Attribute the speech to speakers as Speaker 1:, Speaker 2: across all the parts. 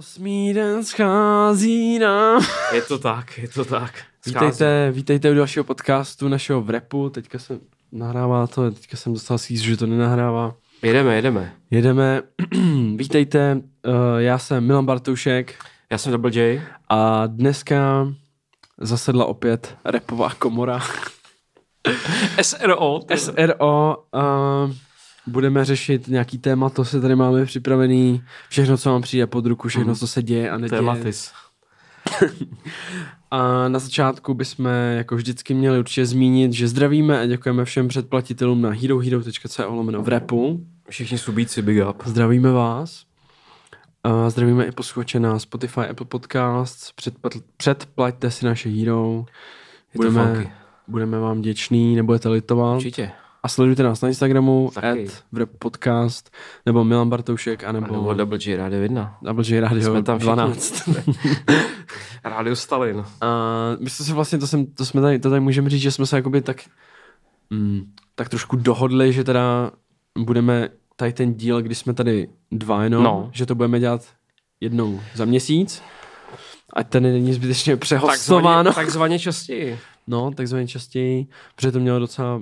Speaker 1: Osmý den schází nám.
Speaker 2: Je to tak, je to tak. Schází.
Speaker 1: Vítejte, vítejte u dalšího podcastu našeho v repu. Teďka se nahrává to, teďka jsem dostal síz, že to nenahrává.
Speaker 2: Jedeme, jedeme.
Speaker 1: Jedeme. vítejte, eh, já jsem Milan Bartušek
Speaker 2: Já jsem Double J.
Speaker 1: a dneska zasedla opět repová komora
Speaker 2: SRO.
Speaker 1: SRO. A budeme řešit nějaký téma, to se tady máme připravený. Všechno, co vám přijde pod ruku, všechno, co se děje a neděje.
Speaker 2: Tématis.
Speaker 1: A na začátku bychom jako vždycky měli určitě zmínit, že zdravíme a děkujeme všem předplatitelům na herohero.co lomeno v repu.
Speaker 2: Všichni subíci, big up.
Speaker 1: Zdravíme vás. A zdravíme i posluchače na Spotify, Apple Podcasts. Předpatl- předplaťte si naše hero.
Speaker 2: Bude
Speaker 1: Budeme-
Speaker 2: funky.
Speaker 1: Budeme vám děční, nebudete litovat.
Speaker 2: Určitě.
Speaker 1: A sledujte nás na Instagramu,
Speaker 2: Taky.
Speaker 1: at v rep podcast, nebo Milan Bartoušek,
Speaker 2: A nebo
Speaker 1: anebo
Speaker 2: Double J, rádio 1.
Speaker 1: Double J Radio
Speaker 2: Jsme tam všichni.
Speaker 1: 12.
Speaker 2: Rádio Stalin.
Speaker 1: A my jsme se vlastně, to, jsem, to jsme tady, to tady můžeme říct, že jsme se jakoby tak, mm, tak trošku dohodli, že teda budeme tady ten díl, kdy jsme tady dva jenom,
Speaker 2: No.
Speaker 1: no. že to budeme dělat jednou za měsíc. Ať tady není zbytečně přehostováno.
Speaker 2: Takzvaně,
Speaker 1: Tak...
Speaker 2: takzvaně častěji.
Speaker 1: No, takzvaně častěji, protože to mělo docela,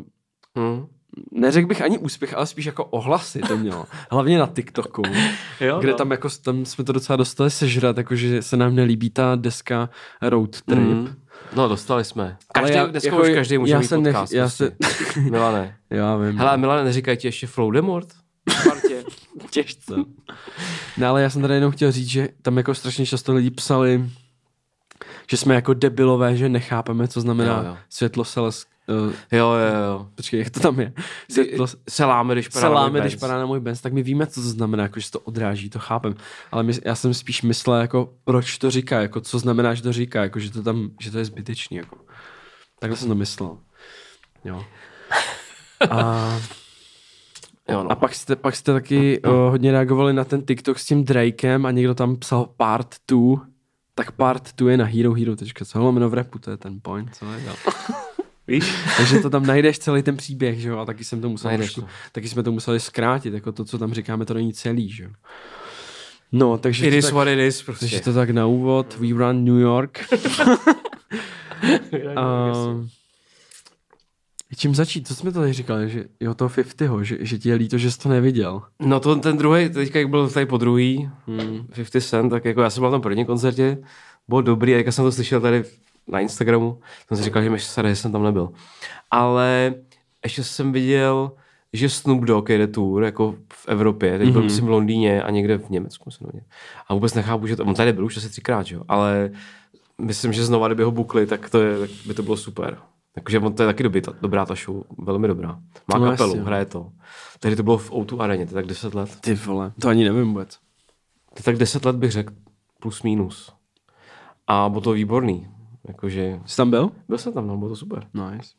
Speaker 2: Hm.
Speaker 1: neřekl bych ani úspěch, ale spíš jako ohlasy to mělo. Hlavně na TikToku,
Speaker 2: Jo, no.
Speaker 1: kde tam jako, s- tam jsme to docela dostali sežrat, jakože se nám nelíbí ta deska Road Trip. Mm.
Speaker 2: Mhm. No, dostali jsme.
Speaker 1: Ale
Speaker 2: Každý,
Speaker 1: já-
Speaker 2: dneska
Speaker 1: jako
Speaker 2: už každý může
Speaker 1: já
Speaker 2: mít
Speaker 1: se nech-
Speaker 2: podcast.
Speaker 1: já
Speaker 2: prostě. Milane.
Speaker 1: Já vím.
Speaker 2: Hele, Milane, neříkají ti ještě Flow Demort?
Speaker 1: Těžce. No ale já jsem tady jenom chtěl říct, že tam jako strašně často lidi psali, že jsme jako debilové, že nechápeme, co znamená
Speaker 2: Jo, jo.
Speaker 1: světlo seles... Uh,
Speaker 2: Jo, jo, jo.
Speaker 1: počkej, jak to tam je? Světlo s-
Speaker 2: Se láme, když padá na
Speaker 1: seláme,
Speaker 2: můj
Speaker 1: když
Speaker 2: Benz.
Speaker 1: padá na můj Benz, tak my víme, co to znamená, jako, že se to odráží, to chápem. Ale my, já jsem spíš myslel, jako, proč to říká, jako, co znamená, že to říká, jako, že to tam, že to je zbytečný, jako. Takhle jsem to myslel. Jo. A...
Speaker 2: Jo, no.
Speaker 1: A pak jste, pak jste taky uh, hodně reagovali na ten TikTok s tím Drakem a někdo tam psal part 2, tak part 2 je na herohero.co, lomeno v repu, to je ten point, co je dál.
Speaker 2: Víš?
Speaker 1: Takže to tam najdeš celý ten příběh, že jo, a taky jsem to musel
Speaker 2: Najdeš
Speaker 1: trošku, taky jsme to museli zkrátit, jako to, co tam říkáme, to není celý, že jo. No, takže
Speaker 2: It
Speaker 1: to
Speaker 2: is
Speaker 1: tak,
Speaker 2: what it is,
Speaker 1: takže
Speaker 2: prostě.
Speaker 1: to tak na úvod, we run New York.
Speaker 2: A-
Speaker 1: Um, čím začít? Co jsme tady říkali, že jo, toho 50, že, že ti je líto, že jsi to neviděl.
Speaker 2: No to ten druhý, teďka jak byl tady po druhý,
Speaker 1: Hmm.
Speaker 2: 50 Cent, tak jako já jsem byl tam první koncertě, bylo dobrý, jak jsem to slyšel tady na Instagramu, jsem si říkal, že mi sere, že jsem tam nebyl. Ale ještě jsem viděl, že Snoop Dogg jede tour jako v Evropě, teď byl
Speaker 1: Mhm.
Speaker 2: myslím v Londýně a někde v Německu. Myslím, někde. a vůbec nechápu, že to, on tady byl už asi třikrát, že jo? ale myslím, že znova, kdyby ho bukli, tak, to je, tak by to bylo super. Takže on to je taky dobrý, ta, dobrá ta show, velmi dobrá. Má
Speaker 1: No,
Speaker 2: kapelu,
Speaker 1: jasně.
Speaker 2: hraje to. Tehdy to bylo v O2 areně, to je tak 10 let.
Speaker 1: Ty vole, to ani nevím vůbec.
Speaker 2: To tak 10 let bych řekl, plus minus. A bylo to výborný. Jakože,
Speaker 1: Jsi tam byl?
Speaker 2: byl jsem tam, no, bylo to super.
Speaker 1: Nice.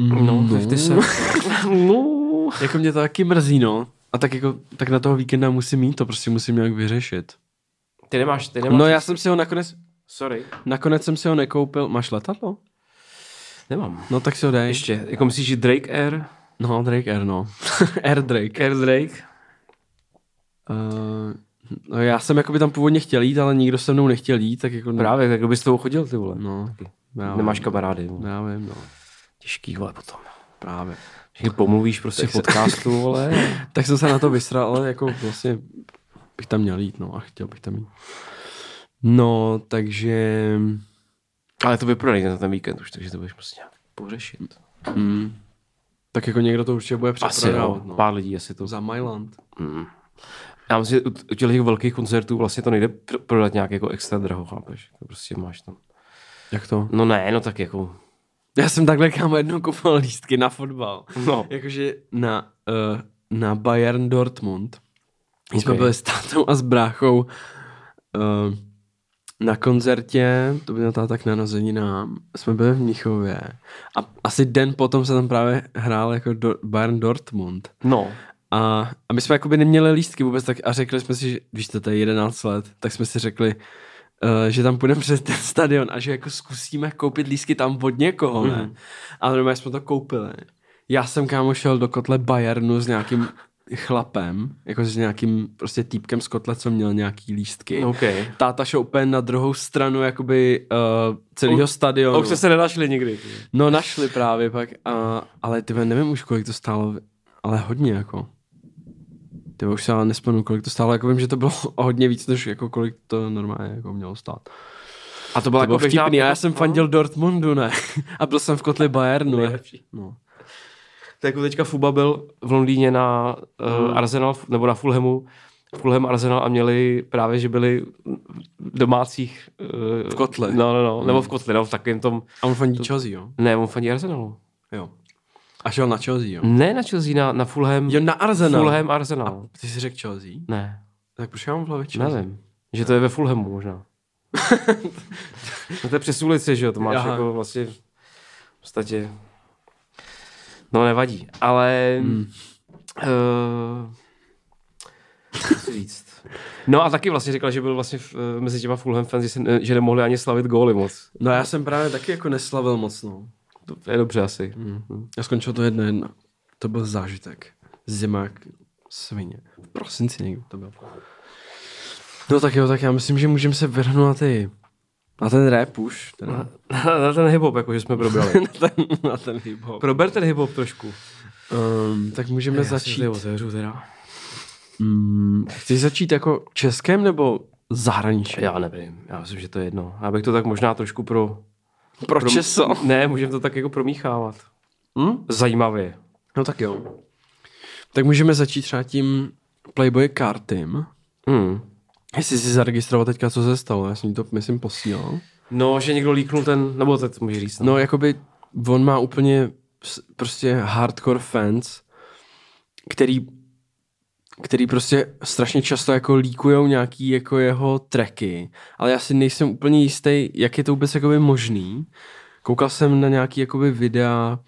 Speaker 2: No, 50 Cent. no.
Speaker 1: Jako mě to taky mrzí, no. A tak jako, tak na toho víkenda musím jít, to prostě musím nějak vyřešit.
Speaker 2: Ty nemáš, ty nemáš.
Speaker 1: No já jsem si ho nakonec,
Speaker 2: Sorry.
Speaker 1: nakonec jsem si ho nekoupil. Máš letadlo?
Speaker 2: Nemám.
Speaker 1: No tak si ho dej.
Speaker 2: Ještě, jako myslíš, že Drake Air?
Speaker 1: No, Drake Air, no. Air Drake.
Speaker 2: Air Drake?
Speaker 1: Uh, no já jsem jakoby tam původně chtěl jít, ale nikdo se mnou nechtěl jít, tak jako...
Speaker 2: Právě, tak kdo by s tou chodil, ty vole.
Speaker 1: No,
Speaker 2: Taky.
Speaker 1: já
Speaker 2: Nemáš
Speaker 1: vím.
Speaker 2: kamarády. vole.
Speaker 1: Já vím, no.
Speaker 2: Těžký, vole, potom.
Speaker 1: Právě.
Speaker 2: Všichni pomluvíš prostě v podcastu, vole.
Speaker 1: Tak jsem se na to vysral, ale jako vlastně bych tam měl jít, no a chtěl bych tam jít. No, takže...
Speaker 2: Ale to vyprodají na ten víkend už, takže to budeš prostě nějak pořešit.
Speaker 1: Mm, tak jako někdo to určitě bude
Speaker 2: Asi,
Speaker 1: přeprodávat,
Speaker 2: no.
Speaker 1: no.
Speaker 2: Pár lidí asi to
Speaker 1: Za Myland.
Speaker 2: Mm. Já myslím, že u u těch velkých koncertů vlastně to nejde pr- prodat nějak jako extra draho, chápeš? To prostě máš tam.
Speaker 1: Jak to?
Speaker 2: No ne, no tak jako,
Speaker 1: Já jsem takhle kámo jednou kupoval lístky na fotbal.
Speaker 2: no.
Speaker 1: Jakože na, uh, na Bayern Dortmund. Okay. Jsme
Speaker 2: Ok.
Speaker 1: byli s tátou a s bráchou uh, na koncertě, to byl táta k narozeninám, jsme byli v Mnichově a asi den potom se tam právě hrál jako do, Bayern Dortmund.
Speaker 2: No,
Speaker 1: A, a my jsme jakoby neměli lístky vůbec tak a řekli jsme si, že víš, to je 11 let, tak jsme si řekli, eh, že tam půjdeme přes ten stadion a že jako zkusíme koupit lístky tam od někoho, ne? A normálně jsme to koupili. Já jsem kámo šel do kotle Bayernu s nějakým chlapem, jako s nějakým prostě týpkem z kotle, co měl nějaký lístky.
Speaker 2: OK.
Speaker 1: Táta šel úplně na druhou stranu jakoby uh, celého
Speaker 2: Už-
Speaker 1: stadionu.
Speaker 2: A už jste se nenašli nikdy.
Speaker 1: No našli právě pak, a, ale ty vole, nevím už kolik to stálo, ale hodně jako. Ty vole, už se ale nespomenu, kolik to stálo, jako vím, že to bylo o hodně víc, než jako kolik to normálně jako mělo stát.
Speaker 2: A to byla
Speaker 1: To bylo
Speaker 2: No, jako běžná-
Speaker 1: vtipný, a já jsem
Speaker 2: No.
Speaker 1: fandil Dortmundu, ne? A byl jsem v kotli Bayernu, ne?
Speaker 2: Nejlepší.
Speaker 1: No.
Speaker 2: Tak jako teďka Fuba byl v Londýně na uh, Arsenal, nebo na Fulhamu, Fulham Arsenal a měli právě, že byli v domácích... Uh, v
Speaker 1: kotle.
Speaker 2: No, no, no, nebo v kotle, no, v takovém tom...
Speaker 1: A on fandí Chelsea, jo?
Speaker 2: Ne, on fandí Arsenalu.
Speaker 1: Jo. A šel na Chelsea, jo?
Speaker 2: Ne na Chelsea, na, na Fulham.
Speaker 1: Jo, na Arsenal.
Speaker 2: Mm. Fulham Arsenal.
Speaker 1: Ty jsi řekl Chelsea?
Speaker 2: Ne,
Speaker 1: Tak proč já mám v hlavě Chelsea?
Speaker 2: nevím. Že to je ve Fulhamu možná. no to je přes ulici, že jo, to máš
Speaker 1: Aha.
Speaker 2: jako vlastně v podstatě... No nevadí, ale... Hmm. Uh, co říct? No a taky vlastně říkal, že byl vlastně v, eh, mezi těma Fulham fans, že, se, ne- že nemohli ani slavit góly moc.
Speaker 1: No já jsem právě taky jako neslavil moc, no.
Speaker 2: To- To je dobře asi.
Speaker 1: Já skončil to jedna jedna. To byl zážitek. Zima jak svině. V prosinci někdy to bylo. No tak jo, tak já myslím, že můžeme se vrhnout na ty... Na ten rap už. Ten, na,
Speaker 2: Na ten hip-hop, jako, že jsme probrali.
Speaker 1: ten, na ten hip-hop.
Speaker 2: Prober ten hip-hop trošku.
Speaker 1: Um, tak můžeme začít.
Speaker 2: otevřu teda.
Speaker 1: Mm, chceš začít jako českém nebo zahraničním?
Speaker 2: Já nevím, já myslím, že to je jedno. Já bych to tak možná trošku pro...
Speaker 1: Pro
Speaker 2: pro...
Speaker 1: Česo.
Speaker 2: Ne, můžeme to tak jako promíchávat.
Speaker 1: Hm?
Speaker 2: Zajímavě.
Speaker 1: No tak jo. Tak můžeme začít třeba tím Playboy Kartym.
Speaker 2: Hmm.
Speaker 1: Jestli jsi zaregistroval teďka, co se stalo, já jsem ti to, myslím, posílal.
Speaker 2: No, že někdo líknul ten, nebo to to můžeš říct. No.
Speaker 1: No, jakoby on má úplně s- prostě hardcore fans, který, který prostě strašně často jako líkujou nějaký jako jeho tracky, ale já si nejsem úplně jistý, jak je to vůbec jakoby možný. Koukal jsem na nějaký jakoby videa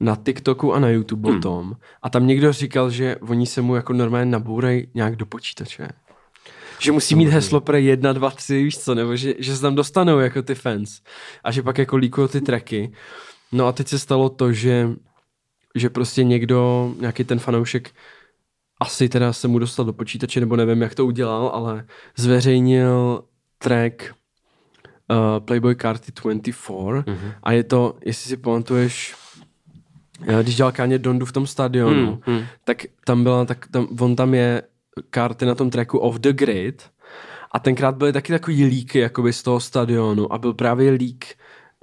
Speaker 1: na TikToku a na YouTube hmm. o tom a tam někdo říkal, že oni se mu jako normálně nabourají nějak do počítače. Že musí mít heslo pro 1, 2, 3, víš co, nebo že, že se tam dostanou jako ty fans a že pak jako líkují ty tracky. No a teď se stalo to, že, že prostě někdo, nějaký ten fanoušek, asi teda se mu dostal do počítače, nebo nevím, jak to udělal, ale zveřejnil track uh, Playboy Karty 24 mm-hmm. a je to, jestli si pamatuješ, eh, když dělal Káně Dondu v tom stadionu,
Speaker 2: Hmm, hmm.
Speaker 1: tak tam byla, tak tam, on tam je karty na tom tracku Off the Grid a tenkrát byly taky takový líky jakoby z toho stadionu a byl právě lík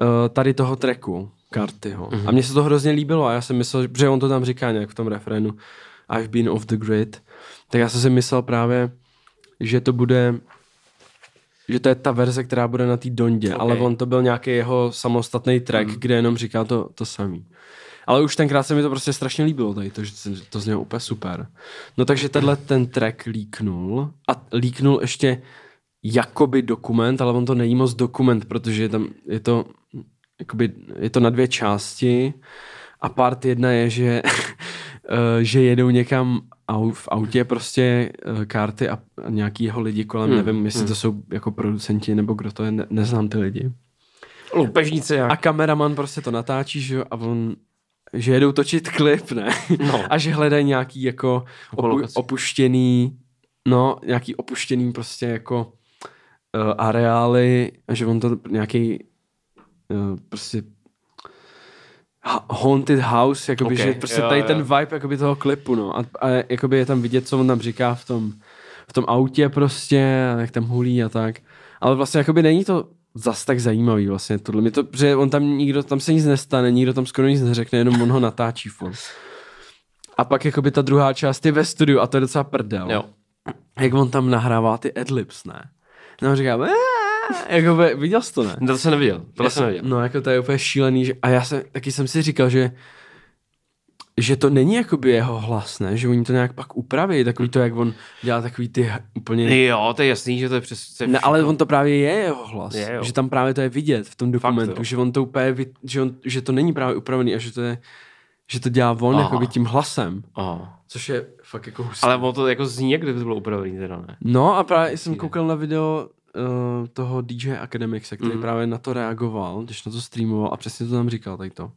Speaker 1: uh, tady toho tracku Kartyho. Mm-hmm. A mně se to hrozně líbilo a já jsem myslel, že on to tam říká nějak v tom refrénu I've been off the grid, tak já jsem si myslel právě, že to bude že to je ta verze, která bude na té dondě, okay. ale on to byl nějaký jeho samostatný track, mm. kde jenom říká to, to samý. Ale už tenkrát se mi to prostě strašně líbilo tady, to, že jsem- to znělo úplně super. No takže tenhle ten track líknul a líknul ještě jakoby dokument, ale on to není moc dokument, protože je tam je to, jakoby, je to na dvě části a part jedna je, že, eh, že jedou někam au- v autě prostě eh, karty a a nějaký jeho lidi kolem, hmm. nevím, jestli hmm. to jsou jako producenti nebo kdo to je, ne, neznám ty lidi.
Speaker 2: Lupežnice jak.
Speaker 1: A kameraman prostě to natáčí, že jo, a on že jedou točit klip, ne?
Speaker 2: No.
Speaker 1: A že hledají nějaký jako opu-
Speaker 2: lokaci.
Speaker 1: opuštěný, no, nějaký opuštěný prostě jako uh, areály, a že on to nějaký uh, prostě ha- haunted house, jakoby,
Speaker 2: Ok,
Speaker 1: okay. že prostě
Speaker 2: jo,
Speaker 1: tady
Speaker 2: jo.
Speaker 1: ten vibe jakoby toho klipu, no. A, a jakoby je tam vidět, co on tam říká v tom, v tom autě prostě, a jak tam hulí a tak. Ale vlastně jakoby není to zas tak zajímavý vlastně tohle. Mě to, protože on tam nikdo, tam se nic nestane, nikdo tam skoro nic neřekne, jenom on ho natáčí furt. A pak jakoby ta druhá část je ve studiu a to je docela prdel
Speaker 2: Jo.
Speaker 1: jak on tam nahrává ty adlibs, ne? No a říkám, jako by, viděl jsi to, ne?
Speaker 2: No, to jsem neviděl, tohle jsem neviděl.
Speaker 1: No jako to je úplně šílený, že, a já jsem, taky jsem si říkal, že že to není jakoby jeho hlas, ne? Že oni to nějak pak upraví, takový to, jak on dělá takový ty h- úplně...
Speaker 2: Jo, to je jasný, že to je přes... to je
Speaker 1: Ne, ale on to právě je jeho hlas.
Speaker 2: Je, jo.
Speaker 1: že tam právě to je vidět v tom dokumentu,
Speaker 2: jo.
Speaker 1: že on to úplně, vy- že, on, že to není právě upravený a že to je, že to dělá on
Speaker 2: Aha.
Speaker 1: jakoby tím hlasem,
Speaker 2: Aha.
Speaker 1: což je fakt jako hustý.
Speaker 2: Ale ono to jako zní, jak kdyby to bylo upravený teda, ne?
Speaker 1: No a právě jsem koukal na video uh, toho DJ Academics, který
Speaker 2: Mhm.
Speaker 1: právě na to reagoval, když na to streamoval a přesně to tam říkal, tady to.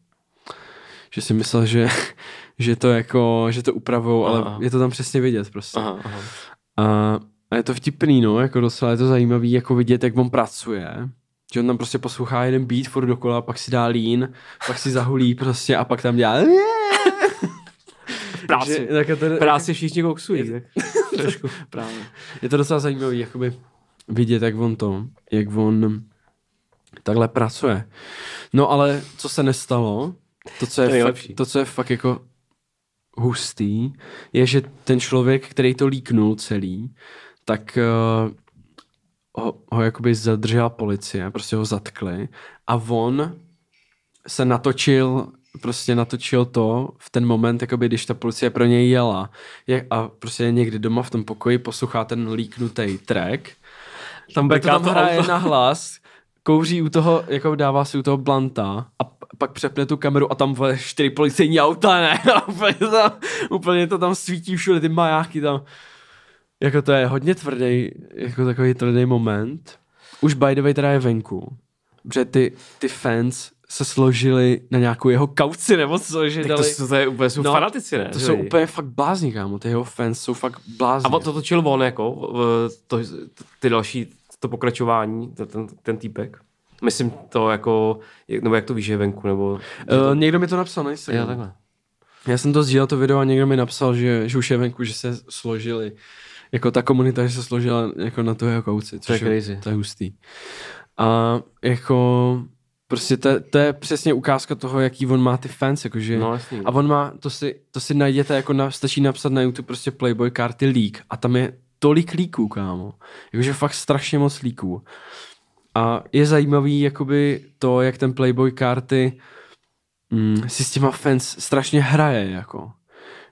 Speaker 1: Že si myslel, že, že to jako, že to upravou, ale
Speaker 2: Aha.
Speaker 1: je to tam přesně vidět prostě.
Speaker 2: Aha, aha.
Speaker 1: A, a je to vtipný, no, jako docela je to zajímavý, jako vidět, jak on pracuje. Že on tam prostě poslouchá jeden beat furt dokola, pak si dá lín, pak si zahulí prostě a pak tam dělá...
Speaker 2: Práci.
Speaker 1: Že, tak to,
Speaker 2: Práci všichni koksují. tak. Trošku.
Speaker 1: Právě. Je to docela zajímavý, jakoby vidět, jak on to, jak on takhle pracuje. No ale co se nestalo, to, co je,
Speaker 2: To je nejlepší.
Speaker 1: fakt, to, co je fakt jako hustý, je, že ten člověk, který to líknul celý, tak uh, ho, ho jakoby zadržela policie, prostě ho zatkli a on se natočil, prostě natočil to v ten moment, jakoby když ta policie pro něj jela je, a prostě je někdy doma v tom pokoji poslouchá ten líknutý track,
Speaker 2: Tam
Speaker 1: tak to
Speaker 2: brká
Speaker 1: tam
Speaker 2: to
Speaker 1: hraje
Speaker 2: auto.
Speaker 1: na hlas, kouří u toho, jako dává si u toho blanta a p- pak přepne tu kameru a tam vole čtyři policejní auta, ne? A úplně, to tam, úplně to tam svítí všude, ty majáky tam. Jako to je hodně tvrdý, jako takový tvrdý moment. Už by the way teda je venku, protože ty, ty fans se složili na nějakou jeho kauci nebo co, že
Speaker 2: Tak to,
Speaker 1: dali...
Speaker 2: jsou- to je úplně, jsou
Speaker 1: No,
Speaker 2: no, fanatici, ne?
Speaker 1: to
Speaker 2: že
Speaker 1: jsou
Speaker 2: lidi?
Speaker 1: úplně fakt blázni, kámo, ty jeho fans jsou fakt blázni.
Speaker 2: A on to točil on jako, v- to, ty další, to pokračování, to- ten, ten týpek. Myslím to jako, jak- nebo jak to víš, že je venku, nebo...
Speaker 1: Uh, někdo mi to napsal na Instagramu.
Speaker 2: Jo, takhle.
Speaker 1: Já jsem to sdílel to video a někdo mi napsal, že, že už je venku, že se složili, jako ta komunita, že se složila jako na toho jeho kouci, což
Speaker 2: je crazy.
Speaker 1: to je hustý. A jako prostě to, to je přesně ukázka toho, jaký on má ty fans, jakože
Speaker 2: No, jasný.
Speaker 1: a on má, to si, to si najděte, jako na, stačí napsat na YouTube prostě Playboy karty lík a tam je tolik líků, kámo. Jakože fakt strašně moc líků. A je zajímavý, jakoby to, jak ten Playboy karty mm, si s těma fans strašně hraje, jako.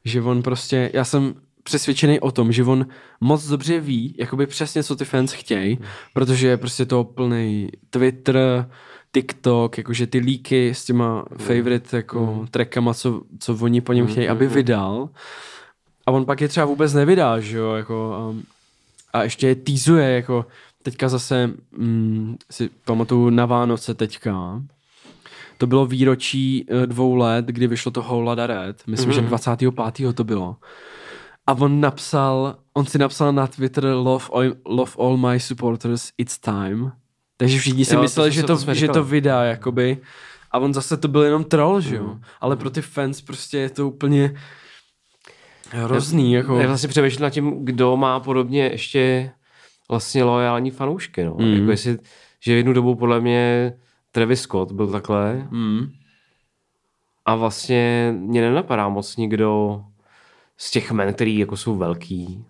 Speaker 1: Že on prostě, já jsem přesvědčený o tom, že on moc dobře ví, jakoby přesně, co ty fans chtějí, protože je prostě to plný Twitter, TikTok, jakože ty líky s těma favorite jako trackama, co, co oni po něm chtějí, aby vydal. A on pak je třeba vůbec nevydá, že jo, jako um, a ještě je týzuje, jako teďka zase, mm, si pamatuju na Vánoce teďka, to bylo výročí eh, dvou let, kdy vyšlo to Houla da Red, myslím,
Speaker 2: Mhm.
Speaker 1: že 25. to bylo. A on napsal, on si napsal na Twitter love all, love all my supporters, it's time. Takže všichni si
Speaker 2: Jo, to
Speaker 1: mysleli,
Speaker 2: jsme
Speaker 1: že,
Speaker 2: se-
Speaker 1: to,
Speaker 2: to jsme
Speaker 1: že to
Speaker 2: říkali.
Speaker 1: vydá, jakoby. A on zase to byl jenom troll, že
Speaker 2: Mhm.
Speaker 1: jo? Ale pro ty fans prostě je to úplně hrozný, jako.
Speaker 2: Já vlastně přemýšlím nad tím, kdo má podobně ještě vlastně loajální fanoušky, no. Mm. Jako jestli, že jednu dobu podle mě Travis Scott byl takhle
Speaker 1: Mm.
Speaker 2: a vlastně mě nenapadá moc nikdo z těch men, který jako jsou velký,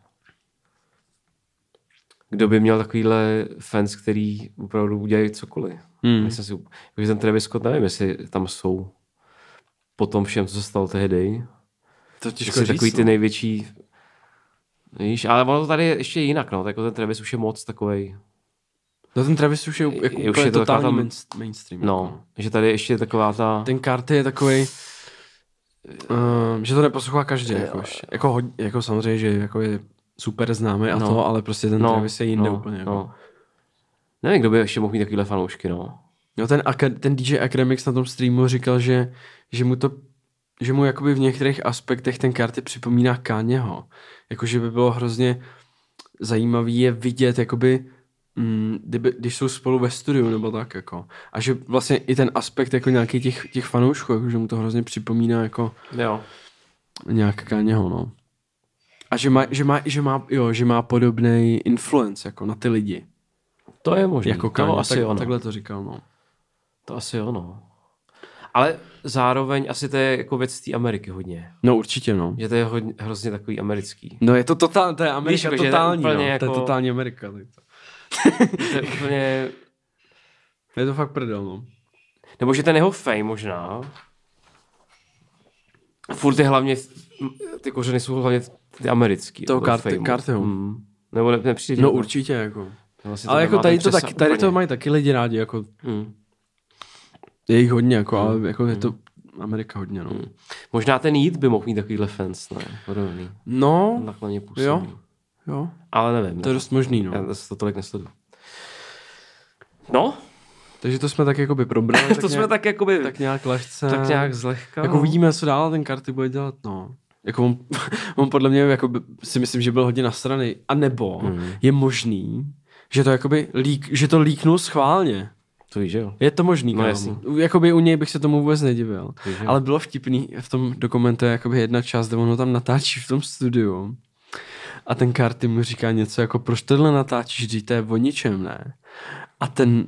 Speaker 2: kdo by měl takovýhle fans, který opravdu udělají cokoliv.
Speaker 1: Mm.
Speaker 2: Mm. Myslím si, jakože ten Travis Scott, nevím, jestli tam jsou po tom všem, co se stalo tehdy,
Speaker 1: To těžko
Speaker 2: Jako
Speaker 1: říct.
Speaker 2: takový
Speaker 1: no.
Speaker 2: ty největší... Víš, ale ono to tady je ještě jinak, no. Tak jako ten Travis už je moc takovej...
Speaker 1: Jako- No ten Travis už je, u- jako,
Speaker 2: Je- už
Speaker 1: úplně
Speaker 2: je to taková
Speaker 1: totální
Speaker 2: ta-
Speaker 1: main, mainstream. jako.
Speaker 2: No, že tady ještě je taková ta...
Speaker 1: Ten karty je takový, uh, že to neposlouchá každý. Jako, ještě. jako, hodně- jako samozřejmě, že jako je super známý a
Speaker 2: No.
Speaker 1: to, ale prostě ten
Speaker 2: no,
Speaker 1: Travis je jinde úplně. Jako.
Speaker 2: no. Nevím, kdo by ještě mohl mít takovýhle fanoušky, no.
Speaker 1: No ten, aka- ten DJ Academics na tom streamu říkal, že, že mu to že mu jakoby v některých aspektech ten karty připomíná Káněho. Jakože by bylo hrozně zajímavý je vidět, jakoby, mm, kdyby, když jsou spolu ve studiu nebo tak, jako. A že vlastně i ten aspekt jako nějaký těch, těch fanoušků, jakože mu to hrozně připomíná jako
Speaker 2: Jo.
Speaker 1: nějak Káněho, no. A že má, že má, že má, jo, že má podobný influence jako na ty lidi.
Speaker 2: To je možné.
Speaker 1: Jako Káně,
Speaker 2: to asi
Speaker 1: tak,
Speaker 2: ono.
Speaker 1: takhle to říkal, no.
Speaker 2: To asi ono. Ale zároveň asi to je jako věc té Ameriky hodně.
Speaker 1: No určitě, no.
Speaker 2: Že to je hodně, hrozně takový americký.
Speaker 1: No je to totál, to je Amerika Víš,
Speaker 2: Víš, jako, že
Speaker 1: totální,
Speaker 2: úplně
Speaker 1: no. jako...
Speaker 2: jako-
Speaker 1: to je totální Amerika. tak to-
Speaker 2: To je úplně...
Speaker 1: Je to fakt prdel, no.
Speaker 2: Nebo že ten jeho fame možná. Furt je hlavně, ty kořeny jsou hlavně ty americký.
Speaker 1: Toho
Speaker 2: jako
Speaker 1: Cart-
Speaker 2: fejmu.
Speaker 1: Cartyho.
Speaker 2: Mm. Nebo ne, nepřijde.
Speaker 1: No
Speaker 2: ti to?
Speaker 1: určitě, jako.
Speaker 2: Vlastně
Speaker 1: Ale jako
Speaker 2: nemá
Speaker 1: tady
Speaker 2: ten
Speaker 1: to,
Speaker 2: přesah
Speaker 1: taky, tady to
Speaker 2: úplně.
Speaker 1: mají taky lidi rádi, jako
Speaker 2: Mm.
Speaker 1: je jich hodně, jako, ale jako je to Amerika hodně, no.
Speaker 2: Mm. Možná ten jít by mohl mít takovýhle fans, ne? Podobný.
Speaker 1: No,
Speaker 2: Takhle mě působí.
Speaker 1: Jo. jo,
Speaker 2: Ale nevím. jako-
Speaker 1: to je no.
Speaker 2: ne.
Speaker 1: dost možný, no.
Speaker 2: Já to, to tolik nesledu. No,
Speaker 1: Takže to jsme tak jako by probrali. tak
Speaker 2: to jsme
Speaker 1: nějak,
Speaker 2: tak jakoby, tak,
Speaker 1: tak nějak lehce.
Speaker 2: tak nějak zlehka.
Speaker 1: Jako
Speaker 2: no.
Speaker 1: uvidíme, co dál ten karty bude dělat, no. Jako on, on podle mě jako by- si myslím, že byl hodně nasraný. A nebo
Speaker 2: Mhm.
Speaker 1: je možný, že to jakoby lík, že to líknul schválně.
Speaker 2: To víš, že jo?
Speaker 1: Je to možný,
Speaker 2: No
Speaker 1: no,
Speaker 2: jasný.
Speaker 1: Jakoby u něj bych se tomu vůbec nedivil.
Speaker 2: Takže-
Speaker 1: Ale bylo vtipný, v tom dokumentu je jakoby jedna část, kde on ho tam natáčí v tom studiu. A ten Karty mu říká něco jako, proč tohle natáčíš, když to je o ničem, ne? A ten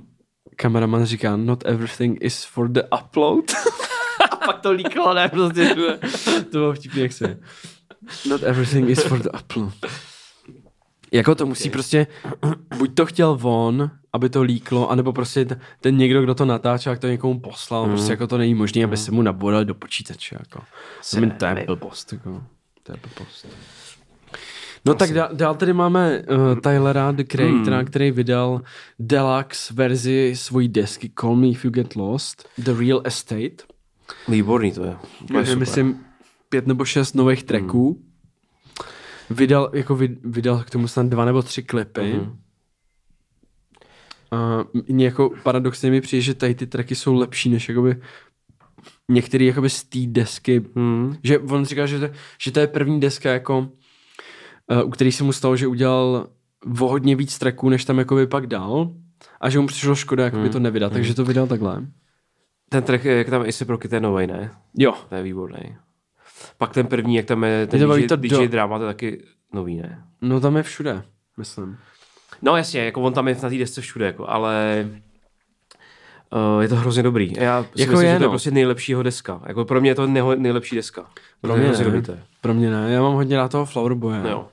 Speaker 1: kameraman říká, not everything is for the upload. a pak to líklo, ne? Prostě, že- to bylo vtipný, jak se. Not everything is for the upload. Jako to musí prostě, buď to chtěl on, aby to líklo, anebo prostě t- ten někdo, kdo to natáčel, jak to někomu poslal, mm. prostě jako to není možné, aby se mu nabodal do počítače, jako.
Speaker 2: Se
Speaker 1: Jsem, to je
Speaker 2: nevím.
Speaker 1: blbost, jako. To je blbost. No tak dál, dál tady máme uh, Tylera, the creatora, který vydal deluxe verzi svojí desky Call Me If You Get Lost, The Real Estate.
Speaker 2: Výborný to je. Úplně
Speaker 1: Máš
Speaker 2: super. Hmm.
Speaker 1: myslím pět nebo šest nových tracků. Vydal, jako vy, vydal k tomu snad dva nebo tři klipy.
Speaker 2: Mhm.
Speaker 1: A mě jako paradoxně mi přijde, že tady ty tracky jsou lepší než jakoby některý jakoby z té desky.
Speaker 2: Hmm.
Speaker 1: Že on říkal, že to, že to je první deska jako eh, u který se mu stalo, že udělal o hodně víc tracků, než tam jakoby pak dal a že mu přišlo škoda, jakoby
Speaker 2: Hmm.
Speaker 1: to nevydat, takže to vydal takhle.
Speaker 2: Ten track, jak tam Ace Rocky, ten novej, ne?
Speaker 1: Jo,
Speaker 2: To je výborný. Pak ten první, jak tam je ten
Speaker 1: Je to
Speaker 2: DJ,
Speaker 1: baví to
Speaker 2: DJ
Speaker 1: do-
Speaker 2: drama, to je taky nový, ne?
Speaker 1: no tam je všude, myslím.
Speaker 2: No jasně, jako on tam je na té desce všude, jako, ale uh, je to hrozně dobrý. Já si
Speaker 1: Jako
Speaker 2: myslím,
Speaker 1: je,
Speaker 2: že to je
Speaker 1: no.
Speaker 2: prostě nejlepšího deska. Jako pro mě je to neho, nejlepší deska.
Speaker 1: Pro
Speaker 2: To je
Speaker 1: mě
Speaker 2: hrozně
Speaker 1: ne.
Speaker 2: dobrý to je.
Speaker 1: Pro mě ne, já mám hodně rád toho Flower Boya.
Speaker 2: No jo.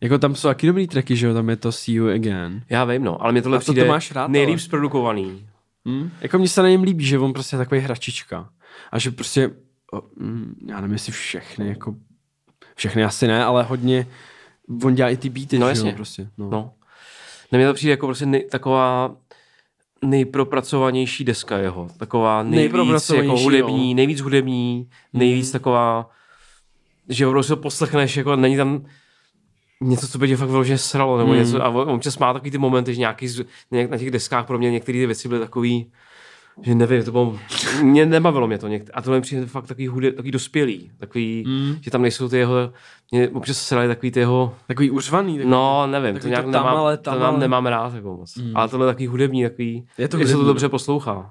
Speaker 1: Jako tam jsou taky dobrý tracky, že jo, tam je to See You Again.
Speaker 2: Já vím, no, ale mě tohle
Speaker 1: A to- to
Speaker 2: přijde
Speaker 1: máš rád, ale.
Speaker 2: nejlíp zprodukovaný.
Speaker 1: Hm? Jako mně se na něm líbí, že on prostě je takový hračička. A že prostě, o, hm, já nevím, jestli všechny, jako, všechny asi ne, ale hodně, on dělá i ty beaty,
Speaker 2: No
Speaker 1: že
Speaker 2: jasně.
Speaker 1: jo, prostě. No. no.
Speaker 2: No. Na mě to přijde jako prostě nej, taková nejpropracovanější deska jeho. Taková nejvíc jako
Speaker 1: Nejpropracovanější,
Speaker 2: hudební,
Speaker 1: jo. Mm.
Speaker 2: nejvíc hudební, nejvíc taková, že opravdu se poslechneš, jako není tam něco, co by tě fakt vyloženě sralo,
Speaker 1: Mm.
Speaker 2: nebo něco, a on- občas má takový ty momenty, že nějaký, z- nějak na těch deskách pro mě některé ty věci byly takový, že nevím, to bylo, mě nebavilo mě to někde. A tohle mi přijde fakt takový, hude, takový dospělý, takový,
Speaker 1: Mm.
Speaker 2: že tam nejsou ty jeho, mě občas srali takový ty jeho
Speaker 1: Takový uřvaný. Takový.
Speaker 2: No, nevím, to
Speaker 1: Takový
Speaker 2: nějak
Speaker 1: to
Speaker 2: nemám,
Speaker 1: tamale,
Speaker 2: to
Speaker 1: tamale.
Speaker 2: mám, nemám rád jako moc. Mm. Ale tohle je takový hudební, takový,
Speaker 1: Je
Speaker 2: je
Speaker 1: to
Speaker 2: to se to
Speaker 1: hudební,
Speaker 2: dobře poslouchá.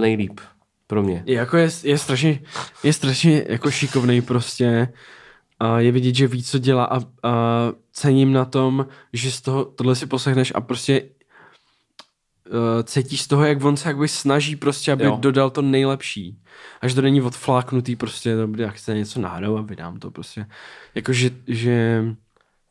Speaker 2: Nejlíp, pro mě.
Speaker 1: Je Jako je, je, strašně, je strašně jako šikovnej prostě. A je vidět, že ví, co dělá a, a cením na tom, že z toho tohle si poslechneš a prostě uh, cítíš z toho, jak on se jakoby snaží prostě, aby
Speaker 2: Jo.
Speaker 1: jo. dodal to nejlepší. A že to není odfláknutý prostě, no, já chci něco nahrát a vydám to prostě. Jako, že, že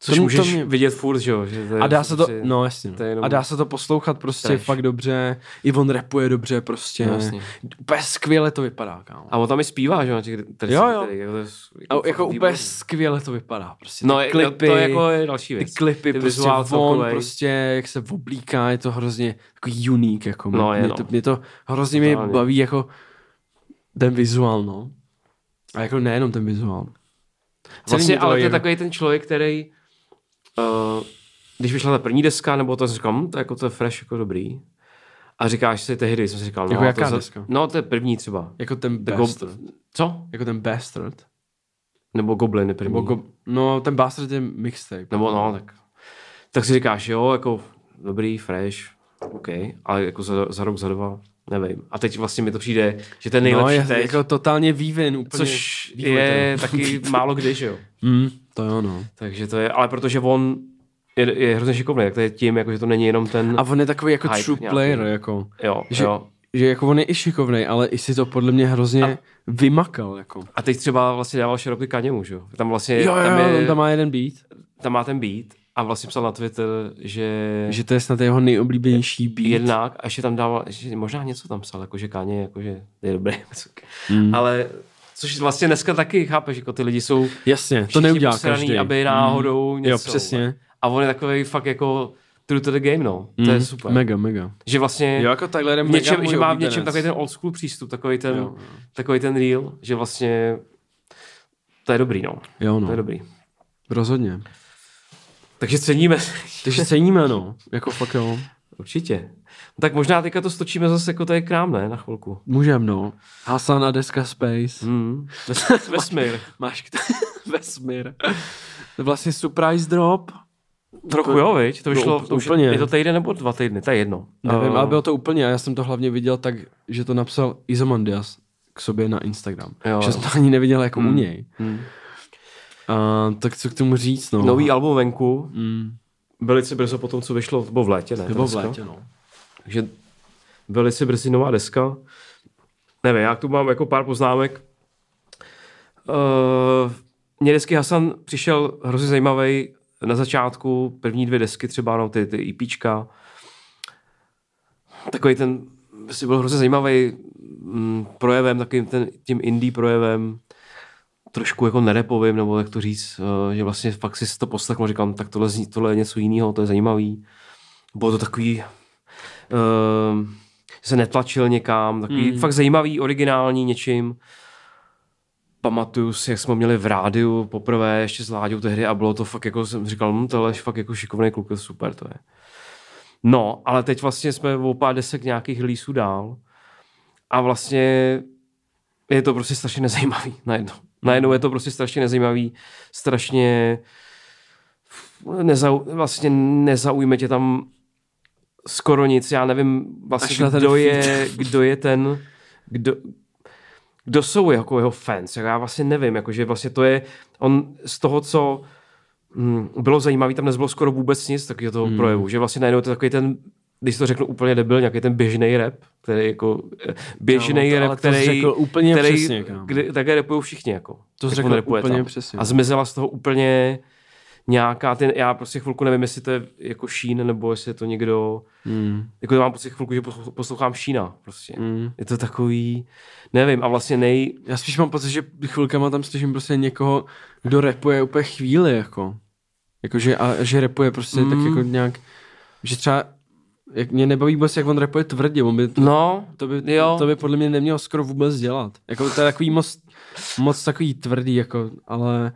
Speaker 2: Což
Speaker 1: to-
Speaker 2: to,
Speaker 1: to
Speaker 2: můžeš to
Speaker 1: mě-
Speaker 2: vidět furt, že jo. Že to je
Speaker 1: a dá se to,
Speaker 2: prostě-
Speaker 1: no jasně,
Speaker 2: to je jenom
Speaker 1: no. a dá se to poslouchat prostě
Speaker 2: trash.
Speaker 1: fakt dobře, i on repuje dobře prostě,
Speaker 2: No, jasně.
Speaker 1: úplně skvěle to vypadá, kámo.
Speaker 2: A on tam i zpívá, že jo, na těch trcích,
Speaker 1: Jo, jo.
Speaker 2: tady, jako, to je
Speaker 1: A
Speaker 2: fakt
Speaker 1: jako
Speaker 2: výborný.
Speaker 1: úplně skvěle to vypadá. Prostě
Speaker 2: No,
Speaker 1: ty
Speaker 2: klipy,
Speaker 1: klipy,
Speaker 2: to, to je jako je další
Speaker 1: ty
Speaker 2: věc.
Speaker 1: klipy, ty prostě
Speaker 2: vizuál
Speaker 1: von,
Speaker 2: celkovej.
Speaker 1: prostě, jak se oblíká, je to hrozně jako unique, jako
Speaker 2: No,
Speaker 1: mě,
Speaker 2: je,
Speaker 1: to,
Speaker 2: no.
Speaker 1: mě to hrozně mě
Speaker 2: Totálně.
Speaker 1: baví, jako ten vizuál, no. A jako nejenom ten vizuál. Celý
Speaker 2: Vlastně,
Speaker 1: mě
Speaker 2: ale to je
Speaker 1: baví,
Speaker 2: takový ten člověk, který, uh, když vyšla ta první deska, nebo to, jsem říkal, hm, to, jako, to je fresh, jako dobrý. A říkáš si tehdy, jsem si říkal, no,
Speaker 1: Jako
Speaker 2: to
Speaker 1: jaká
Speaker 2: za-
Speaker 1: deska?
Speaker 2: No, to je první třeba.
Speaker 1: Jako ten
Speaker 2: Jako,
Speaker 1: bastard.
Speaker 2: co?
Speaker 1: Jako ten bastard.
Speaker 2: Nebo Goblin je první.
Speaker 1: Nebo go, no, ten bastard je mixtape.
Speaker 2: Nebo no, tak. Tak si říkáš, jo, jako dobrý, fresh, OK, ale jako za, za rok, za dva, nevím. A teď vlastně mi to přijde, že ten
Speaker 1: no,
Speaker 2: nejlepší
Speaker 1: je,
Speaker 2: no, teď,
Speaker 1: jako totálně vývin úplně.
Speaker 2: což
Speaker 1: vývoj
Speaker 2: je
Speaker 1: ten.
Speaker 2: taky málo kdy, že jo.
Speaker 1: Mm, to jo, no.
Speaker 2: Takže to je, ale protože on je, je hrozně šikovný, tak to je tím, jako, že to není jenom ten,
Speaker 1: A on je takový jako
Speaker 2: Hype
Speaker 1: true
Speaker 2: nějaký.
Speaker 1: player, jako.
Speaker 2: jo,
Speaker 1: že-
Speaker 2: jo.
Speaker 1: že jako on je i šikovnej, ale i si to podle mě hrozně a... vymakal, jako.
Speaker 2: A teď třeba vlastně dával široký kaněmu, že jo. Tam vlastně,
Speaker 1: Jo, jo,
Speaker 2: tam, je,
Speaker 1: tam má jeden beat,
Speaker 2: tam má ten beat a vlastně psal na Twitter, že...
Speaker 1: že to je snad jeho nejoblíbenější beat.
Speaker 2: jednak a ještě tam dával, ještě možná něco tam psal, jakože Káně, jakože je dobrý. Mm. Ale což vlastně dneska taky chápeš, jako ty lidi jsou
Speaker 1: Jasně, to
Speaker 2: všichni
Speaker 1: neudělá
Speaker 2: posraný,
Speaker 1: každý. Mm.
Speaker 2: aby náhodou něco.
Speaker 1: Jo, přesně.
Speaker 2: A on je takový fakt jako true to the game, no. Mm.
Speaker 1: Hmm.
Speaker 2: To je super.
Speaker 1: Mega, mega.
Speaker 2: Že vlastně
Speaker 1: jako Tyler je
Speaker 2: v něčem, že má v něčem takový ten old school přístup, takový ten,
Speaker 1: Jo, jo.
Speaker 2: takový ten real, že vlastně to je dobrý, no.
Speaker 1: Jo,
Speaker 2: To
Speaker 1: no,
Speaker 2: je dobrý.
Speaker 1: rozhodně.
Speaker 2: Takže ceníme.
Speaker 1: Takže ceníme, no, jako fakt jo.
Speaker 2: Určitě. No tak možná teďka to stočíme zase jako tady k nám, ne? Na chvilku.
Speaker 1: Můžem, no. Hasan a deska Space.
Speaker 2: Hmm. Ves, vesmír.
Speaker 1: Máš k vesmír. To je vlastně surprise drop.
Speaker 2: Trochu jo, viď? To no, vyšlo,
Speaker 1: úpl-
Speaker 2: to už
Speaker 1: úplně.
Speaker 2: je to týden nebo dva týdny, to je jedno.
Speaker 1: Nevím,
Speaker 2: Eh,
Speaker 1: ale bylo to úplně, já jsem to hlavně viděl tak, že to napsal Izomandias k sobě na Instagram.
Speaker 2: Jo,
Speaker 1: že
Speaker 2: jo.
Speaker 1: jsem to ani neviděl jako u něj.
Speaker 2: hmm.
Speaker 1: A, tak co k tomu říct, no.
Speaker 2: Nový album venku,
Speaker 1: mm,
Speaker 2: velice brzo po tom, co vyšlo, nebo v létě, ne? ta
Speaker 1: nebo v
Speaker 2: deska?
Speaker 1: létě, no.
Speaker 2: Takže velice brzy nová deska. Nevím, já tu mám jako pár poznámek. Uh, mně desky Hasan přišel hrozně zajímavý na začátku, první dvě desky třeba, no ty, ty EPčka. Takový ten, si byl hrozně zajímavý mm, projevem, takovým ten, tím indie projevem, trošku jako nerepovým, nebo jak to říct, eh, že vlastně fakt si to poslechl, říkám, tak tohle, zní- tohle je něco jiného, to je zajímavý. Bylo to takový uh, se netlačil někam, takový
Speaker 1: Hmm.
Speaker 2: mm. fakt zajímavý, originální něčím. Pamatuju si, jak jsme ho měli v rádiu poprvé ještě s Láďou tehdy a bylo to fakt jako, jsem říkal, hm, tohle je fakt jako šikovný kluk, to je super to je. No, ale teď vlastně jsme o pár desek nějakých lísů dál a vlastně je to prostě strašně nezajímavý najednou. Najednou je to prostě strašně nezajímavý, strašně nezau, vlastně nezaujme tě tam skoro nic, já nevím
Speaker 1: Až
Speaker 2: vlastně,
Speaker 1: na ten
Speaker 2: kdo
Speaker 1: feed.
Speaker 2: je, kdo je ten, kdo, kdo jsou jako jeho fans, jako já vlastně nevím, jakože vlastně to je, on z toho, co mm, bylo zajímavé, tam nezbylo skoro vůbec nic takového
Speaker 1: Hmm.
Speaker 2: toho projevu, že vlastně najednou je to takový ten, když to řeknu úplně debil, nějaký ten běžný rap, který jako eh, běžný
Speaker 1: Kámo, to-
Speaker 2: rap,
Speaker 1: No, ale to jsi
Speaker 2: který,
Speaker 1: řekl úplně
Speaker 2: který,
Speaker 1: přesně, kámo.
Speaker 2: kdy, také repují všichni jako.
Speaker 1: To jsi
Speaker 2: Tak on
Speaker 1: řekl
Speaker 2: rapuje
Speaker 1: úplně přesně. no.
Speaker 2: A zmizela z toho úplně nějaká, ten, já prostě chvilku nevím, jestli to je jako Sheen, nebo jestli je to někdo,
Speaker 1: Mm,
Speaker 2: jako mám prostě chvilku, že poslu- poslouchám Šína prostě.
Speaker 1: mm.
Speaker 2: Je to takový, nevím, a vlastně nej,
Speaker 1: Já spíš mám pocit, že chvilkama tam slyším prostě někoho, kdo repuje úplně chvíli, jako. Jakože, a že repuje prostě mm. tak
Speaker 2: Mm.
Speaker 1: jako nějak, že třeba, jak mě nebaví vůbec, jak on repuje tvrdě, on by to,
Speaker 2: no,
Speaker 1: to by,
Speaker 2: jo.
Speaker 1: to by podle mě neměl skoro vůbec dělat. Jako to je takový moc, moc takový tvrdý, jako, ale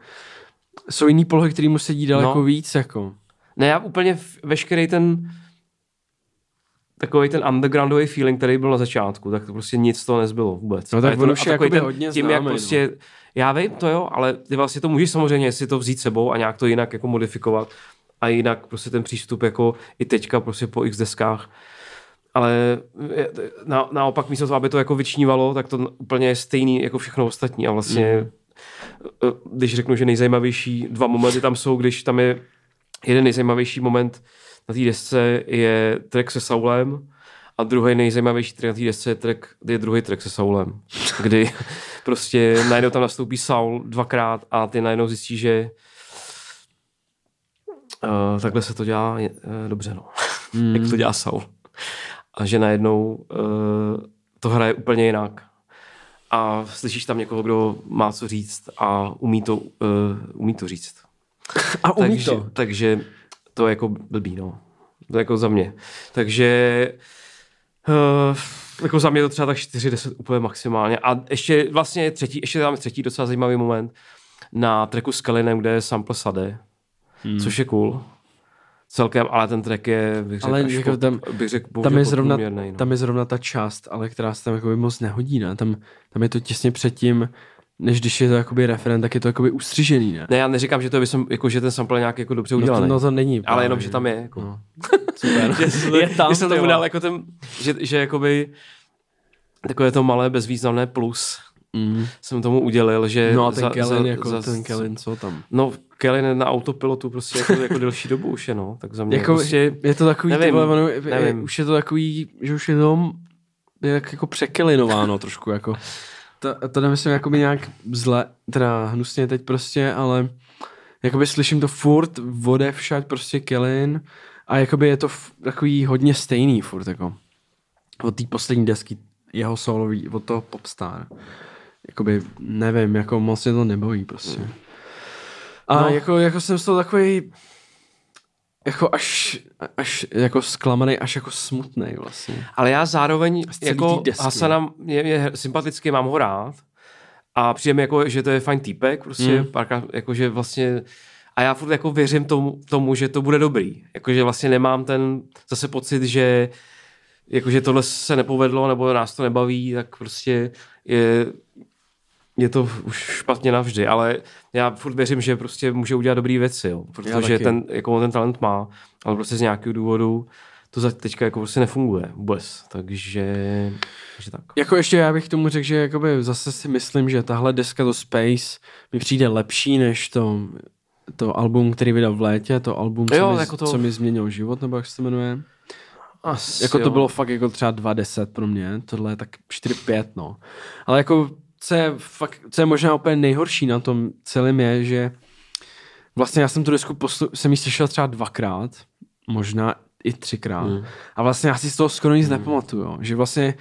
Speaker 1: jsou jiný polohy, který mu sedí daleko
Speaker 2: No.
Speaker 1: víc, jako.
Speaker 2: Ne, já úplně v- veškerý ten takový ten undergroundový feeling, který byl na začátku, tak to prostě nic z toho nezbylo vůbec.
Speaker 1: No tak
Speaker 2: A je to-
Speaker 1: on
Speaker 2: a
Speaker 1: už je
Speaker 2: takový
Speaker 1: jakoby
Speaker 2: ten-
Speaker 1: hodně
Speaker 2: tím, jak
Speaker 1: známý, no.
Speaker 2: prostě, já vím to jo, ale ty vlastně to můžeš samozřejmě si to vzít sebou a nějak to jinak jako modifikovat a jinak prostě ten přístup jako i teďka prostě po x deskách ale je- na, naopak místo toho, aby to jako vyčnívalo, tak to úplně je stejný jako všechno ostatní a vlastně
Speaker 1: Mm.
Speaker 2: eh, když řeknu, že nejzajímavější dva momenty tam jsou, když tam je jeden nejzajímavější moment na té desce je track se Saulem a druhý nejzajímavější track na té desce je, track, je druhý track se Saulem, kdy prostě najednou tam nastoupí Saul dvakrát a ty najednou zjistí, že uh, takhle se to dělá uh, dobře, no. Mm. Jak to dělá Saul. A že najednou uh, to hraje úplně jinak. A slyšíš tam někoho, kdo má co říct a umí to, uh, umí to říct.
Speaker 1: A umí
Speaker 2: takže,
Speaker 1: to.
Speaker 2: Takže to je jako blbý, no. To je jako za mě. Takže uh, jako za mě to třeba tak 4-10 úplně maximálně. A ještě vlastně třetí, ještě tam je třetí docela zajímavý moment na tracku s Kalinem, kde je sample Sade, hmm. což je cool. Celkem, ale ten track je, bych řekl,
Speaker 1: Ale
Speaker 2: až
Speaker 1: jako
Speaker 2: pod-
Speaker 1: tam-
Speaker 2: bych řekl
Speaker 1: tam
Speaker 2: bohužel
Speaker 1: je, zrovna,
Speaker 2: podprůměrnej, no.
Speaker 1: tam je zrovna ta část, ale která se tam jakoby moc nehodí, ne? Tam, tam je to těsně předtím, než když je to jakoby referent, tak je to jakoby ustřižený, ne?
Speaker 2: Ne, já neříkám, že to by som, jako, že ten sample je nějak jako dobře
Speaker 1: No
Speaker 2: udělaný.
Speaker 1: to, no to není.
Speaker 2: ale
Speaker 1: právě,
Speaker 2: jenom,
Speaker 1: že-
Speaker 2: že tam je. Jako.
Speaker 1: No. Super.
Speaker 2: je tam, jsem tomu dal jako ten, že, že jakoby takové to malé bezvýznamné plus
Speaker 1: Mm.
Speaker 2: jsem tomu udělil, že
Speaker 1: No a ten
Speaker 2: za-
Speaker 1: Kellen,
Speaker 2: za-
Speaker 1: jako
Speaker 2: za-
Speaker 1: ten Kellen, co tam?
Speaker 2: No, Kellen na autopilotu prostě jako, jako delší dobu už je, no. Tak za mě
Speaker 1: Jako,
Speaker 2: jako, prostě,
Speaker 1: je to takový, nevím,
Speaker 2: nevím,
Speaker 1: vole, ono, je, je,
Speaker 2: nevím.
Speaker 1: už je to takový, že už je to je jak jako překelinováno trošku, jako. To, to nemyslím jakoby nějak zle, teda hnusně teď prostě, ale jakoby slyším to furt, vode všať prostě Kelin a jakoby je to f, takový hodně stejný furt, jako. Od té poslední desky jeho solový, od toho Popstar. Jakoby, nevím, jako moc mě to nebojí prostě. A
Speaker 2: Mm. No.
Speaker 1: jako, jako jsem z toho takový jako až, až jako zklamaný, až jako smutný vlastně.
Speaker 2: ale já zároveň
Speaker 1: Z celý
Speaker 2: jako
Speaker 1: té desky.
Speaker 2: Hasana je, je sympatický, mám ho rád a přijde mi jako, že to je fajn týpek prostě,
Speaker 1: Mm.
Speaker 2: mm. párkrát, jako, že vlastně A já furt jako věřím tomu, tomu že to bude dobrý. Jakože vlastně nemám ten zase pocit, že jakože tohle se nepovedlo nebo nás to nebaví, tak prostě je, je to už špatně navždy, ale já furt věřím, že prostě může udělat dobré věci, jo, protože
Speaker 1: taky.
Speaker 2: ten, jako on ten talent má, ale prostě z nějakého důvodu to za teďka jako prostě nefunguje vůbec, takže, takže tak.
Speaker 1: Jako ještě já bych tomu řekl, že jakoby zase si myslím, že tahle deska do Space mi přijde lepší než to, to album, který vydal v létě, to album, co,
Speaker 2: Jo,
Speaker 1: mi,
Speaker 2: jako
Speaker 1: jako
Speaker 2: to-
Speaker 1: to... co mi změnil život, nebo jak se to jmenuje.
Speaker 2: Asi,
Speaker 1: Jako to bylo fakt jako třeba 2,10 pro mě, tohle je tak 4,5 no. Ale jako co je, fakt, co je možná úplně nejhorší na tom celém je, že vlastně já jsem tu desku poslu- jsem ji slyšel třeba dvakrát, možná i třikrát.
Speaker 2: Hmm.
Speaker 1: Mm. A vlastně já si z toho skoro nic mm. nepamatuju, jo. že vlastně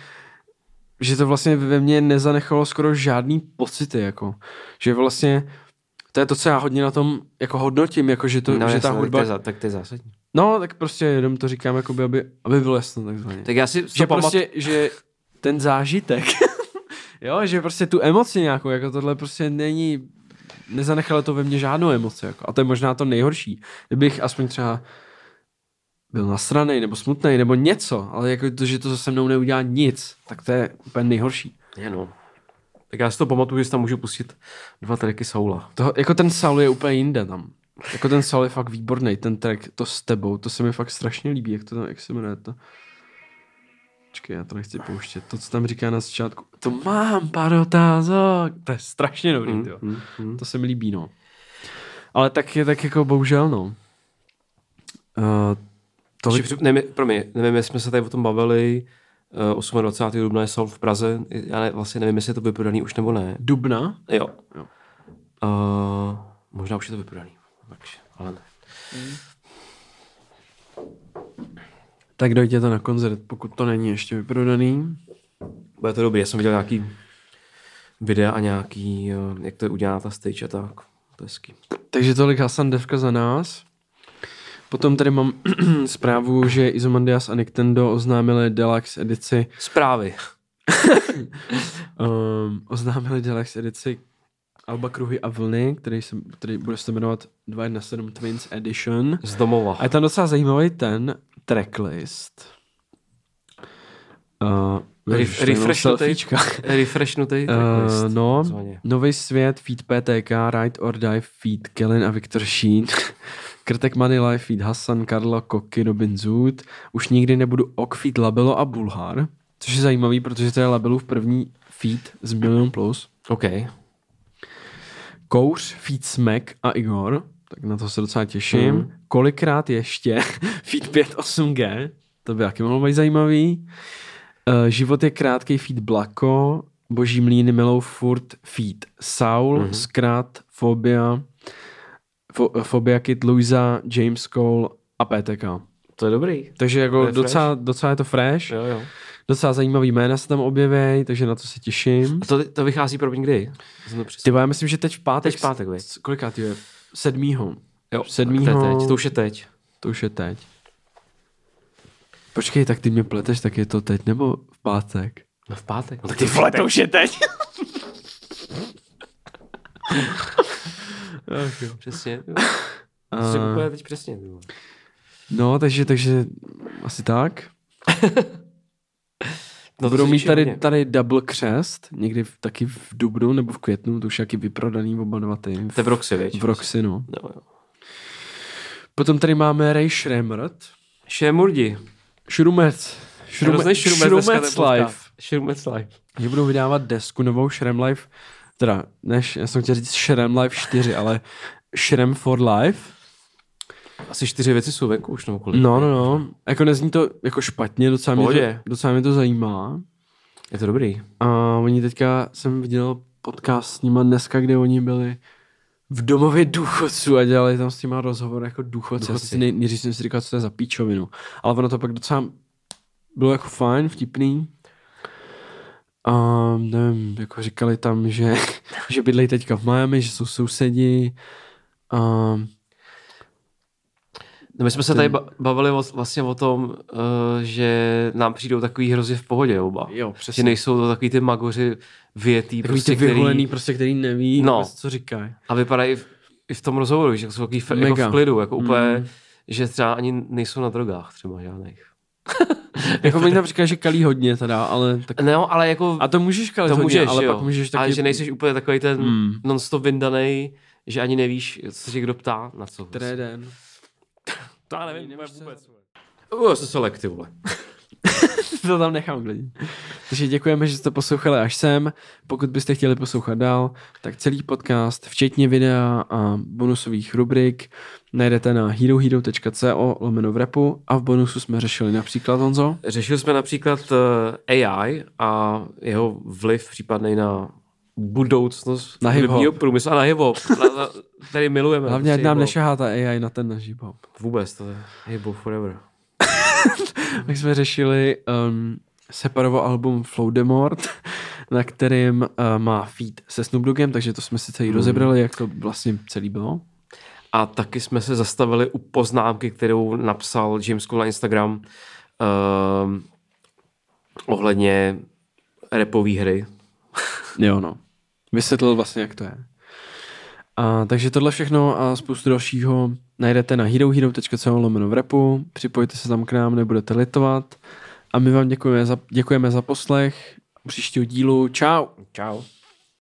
Speaker 1: že to vlastně ve mně nezanechalo skoro žádný pocity, jako. Že vlastně to je to, co já hodně na tom jako hodnotím, jako že, to, no, že
Speaker 2: jasně,
Speaker 1: ta hudba...
Speaker 2: Tak to, je, za- tak to je zásadní.
Speaker 1: No, tak prostě jenom to říkám, jakoby, aby, aby bylo jasno takzvaně
Speaker 2: Tak já si to
Speaker 1: že
Speaker 2: pamat-
Speaker 1: prostě, že ten zážitek, jo, že prostě tu emoci nějakou, jako tohle prostě není, nezanechalo to ve mně žádnou emoci, jako. a to je možná to nejhorší, kdybych aspoň třeba byl nasranej, nebo smutný, nebo něco, ale jako to, že to se mnou neudělá nic, tak to je úplně nejhorší.
Speaker 2: Je, no. Tak já si to pamatuju, že si tam můžu pustit dva tracky Soula.
Speaker 1: To, jako ten Saul je úplně jinde tam. Jako ten Saul je fakt výborný, ten track, to s tebou, to se mi fakt strašně líbí, jak to tam, jak se jmenuje to. Počkej, já to nechci pouštět. To, co tam říká na začátku, to mám pár otázek. To je strašně dobrý, mm, jo.
Speaker 2: mm, mm.
Speaker 1: To se mi líbí, no. Ale tak je tak jako bohužel, no. Uh,
Speaker 2: To
Speaker 1: tolik-
Speaker 2: Ještě, nevím, promiň, nevím, jestli jsme se tady o tom bavili, eh, 28. dubna je Soul v Praze, já ne, vlastně nevím, jestli je to vyprodaný už nebo ne.
Speaker 1: Dubna?
Speaker 2: Jo.
Speaker 1: Jo.
Speaker 2: Uh, možná už je to vyprodaný, takže, ale ne.
Speaker 1: Tak dojděte na koncert, pokud to není ještě vyprodaný.
Speaker 2: Bude to dobrý, já jsem viděl nějaký videa a nějaký, eh, jak to je udělaná ta stage a tak. To je hezký.
Speaker 1: Takže tolik Hasan Devka za nás. Potom tady mám zprávu, že Izomandias a Nintendo oznámili Deluxe edici
Speaker 2: Zprávy.
Speaker 1: um, oznámili Deluxe edici Alba Kruhy a Vlny, který, se, který bude se jmenovat 217 Twins Edition.
Speaker 2: Z domova.
Speaker 1: A je tam docela zajímavý ten tracklist. Uh,
Speaker 2: Ref- refresh to teď. Refreshnutý.
Speaker 1: Uh, no,
Speaker 2: jako takzvaně.
Speaker 1: Nový svět, feed PTK, Ride or Die, feed Kellen a Viktor Šín, Krtek Manila, feed Hasan, Karla, Koky, Robin Zoot, Už nikdy nebudu ok, feed Labelo a Bulhar, což je zajímavý, protože to je Labelův první feed z Million Plus.
Speaker 2: OK.
Speaker 1: Kouř, feed Smek a Igor, tak na to se docela těším.
Speaker 2: Mhm.
Speaker 1: Mm. Kolikrát ještě feed 58G, to by taky mohlo být zajímavý. Eh, život je krátký feed Blako, Boží mlíny milou furt feed Saul,
Speaker 2: Mhm.
Speaker 1: mm-hmm. Zkrat, Fobia, fo, eh, Fobia Kid, Luisa, James Cole a PTK.
Speaker 2: To je dobrý.
Speaker 1: Takže
Speaker 2: To
Speaker 1: jako
Speaker 2: je
Speaker 1: docela, docela je to fresh,
Speaker 2: Jo, jo.
Speaker 1: docela zajímavý jména se tam objeví, takže na to se těším.
Speaker 2: A to, to vychází pro mě kdy? Jsem to přesně-
Speaker 1: Ty vole, já myslím, že teď v pátek.
Speaker 2: Teď v pátek, viď?
Speaker 1: s- Kolikátý je? Sedmýho.
Speaker 2: Jo,
Speaker 1: sedmýho-
Speaker 2: To, je teď. to už je teď.
Speaker 1: To už je teď. Počkej, tak ty mě pleteš, tak je to teď nebo v pátek?
Speaker 2: No v pátek. No, tak
Speaker 1: Ty vole, to už je teď. Ach jo.
Speaker 2: přesně.
Speaker 1: A-
Speaker 2: Uh... úplně teď přesně. ty vole.
Speaker 1: no, takže, takže asi tak.
Speaker 2: No, to
Speaker 1: No, Budou
Speaker 2: se
Speaker 1: mít
Speaker 2: těším
Speaker 1: tady,
Speaker 2: hodně.
Speaker 1: tady double křest, někdy v, taky v dubnu nebo v květnu, to už je jaký vyprodaný oba dva ty.
Speaker 2: To je v Roxy, věď?
Speaker 1: v Roxy, no.
Speaker 2: No, jo.
Speaker 1: Potom tady máme Ray Schremert.
Speaker 2: Šemurdi.
Speaker 1: Šrumec. Šrume, Šrumec Live.
Speaker 2: Šrumec Live.
Speaker 1: že budou vydávat desku novou Shrem Life, teda, než, já jsem chtěl říct Shrem Life 4, ale Shrem for Life.
Speaker 2: Asi čtyři věci jsou venku už nebo kolik.
Speaker 1: No, no, no. Jako nezní to jako špatně, docela mě,
Speaker 2: Pohodě.
Speaker 1: to, docela mě to zajímá.
Speaker 2: Je to dobrý.
Speaker 1: A oni teďka, jsem viděl podcast s nima dneska, kde oni byli v domově důchodců a dělali tam s nima rozhovor jako důchodci. Já jsem
Speaker 2: Důchodci.
Speaker 1: si nej, nejdřív jsem si říkal, co to je za píčovinu. Ale ono to pak docela bylo jako fajn, vtipný. A nevím, jako říkali tam, že, že bydlejí teďka v Miami, že jsou sousedi. A,
Speaker 2: No my jsme se tady ba- bavili o, vlastně o tom, eh, že nám přijdou takový hrozně v pohodě oba.
Speaker 1: jo,
Speaker 2: Že nejsou to takový ty magoři větý,
Speaker 1: Takový
Speaker 2: prostě,
Speaker 1: ty
Speaker 2: který,
Speaker 1: vyvolený, prostě, který neví,
Speaker 2: No.
Speaker 1: no. co říkají.
Speaker 2: a vypadají i v tom rozhovoru, víš, jak jsou takový fe, jako
Speaker 1: Mega.
Speaker 2: v klidu, jako úplně,
Speaker 1: Mm.
Speaker 2: že třeba ani nejsou na drogách třeba žádných.
Speaker 1: Jako mi tam říká, že kalí hodně teda, ale tak...
Speaker 2: No, ale jako
Speaker 1: A to můžeš kalit
Speaker 2: to
Speaker 1: hodně,
Speaker 2: můžeš,
Speaker 1: ale
Speaker 2: jo.
Speaker 1: pak můžeš taky...
Speaker 2: Ale že nejsi úplně takový ten
Speaker 1: Mm.
Speaker 2: non-stop vyndanej, že ani nevíš, co tě kdo ptá, na co.
Speaker 1: Tréden.
Speaker 2: To já nevím,
Speaker 1: Nevíš,
Speaker 2: nevím
Speaker 1: co
Speaker 2: vůbec. Uh, jsem se lek, ty vole.
Speaker 1: to tam nechám klidně. Takže děkujeme, že jste poslouchali až sem. Pokud byste chtěli poslouchat dál, tak celý podcast, včetně videa a bonusových rubrik, najdete na herohero.co lomeno v repu a v bonusu jsme řešili například Honzo.
Speaker 2: Řešili jsme například eh, AI a jeho vliv případný na budoucnost
Speaker 1: Na hip-hop.
Speaker 2: hudebního průmyslu a na hip-hop. Na- na- Tady milujeme.
Speaker 1: Hlavně, ať
Speaker 2: prostě
Speaker 1: nám
Speaker 2: hip-hop.
Speaker 1: nešahá ta AI na ten náš hip-hop.
Speaker 2: Vůbec, to je hip-hop forever.
Speaker 1: Tak jsme řešili um, Separovo album Flowdemort, na kterým uh, má feed se Snoop Doggem, takže to jsme si celý rozebrali, jak to vlastně celý bylo.
Speaker 2: A taky jsme se zastavili u poznámky, kterou napsal James Cole na Instagram ehm, ohledně repové hry.
Speaker 1: Jo, no. Vysvětlil vlastně, jak to je. A, takže tohle všechno a spoustu dalšího najdete na herohero.co lomeno v repu. Připojte se tam k nám, nebudete litovat. A my vám děkujeme za, děkujeme za poslech. U Příštího dílu. Čau!
Speaker 2: Čau.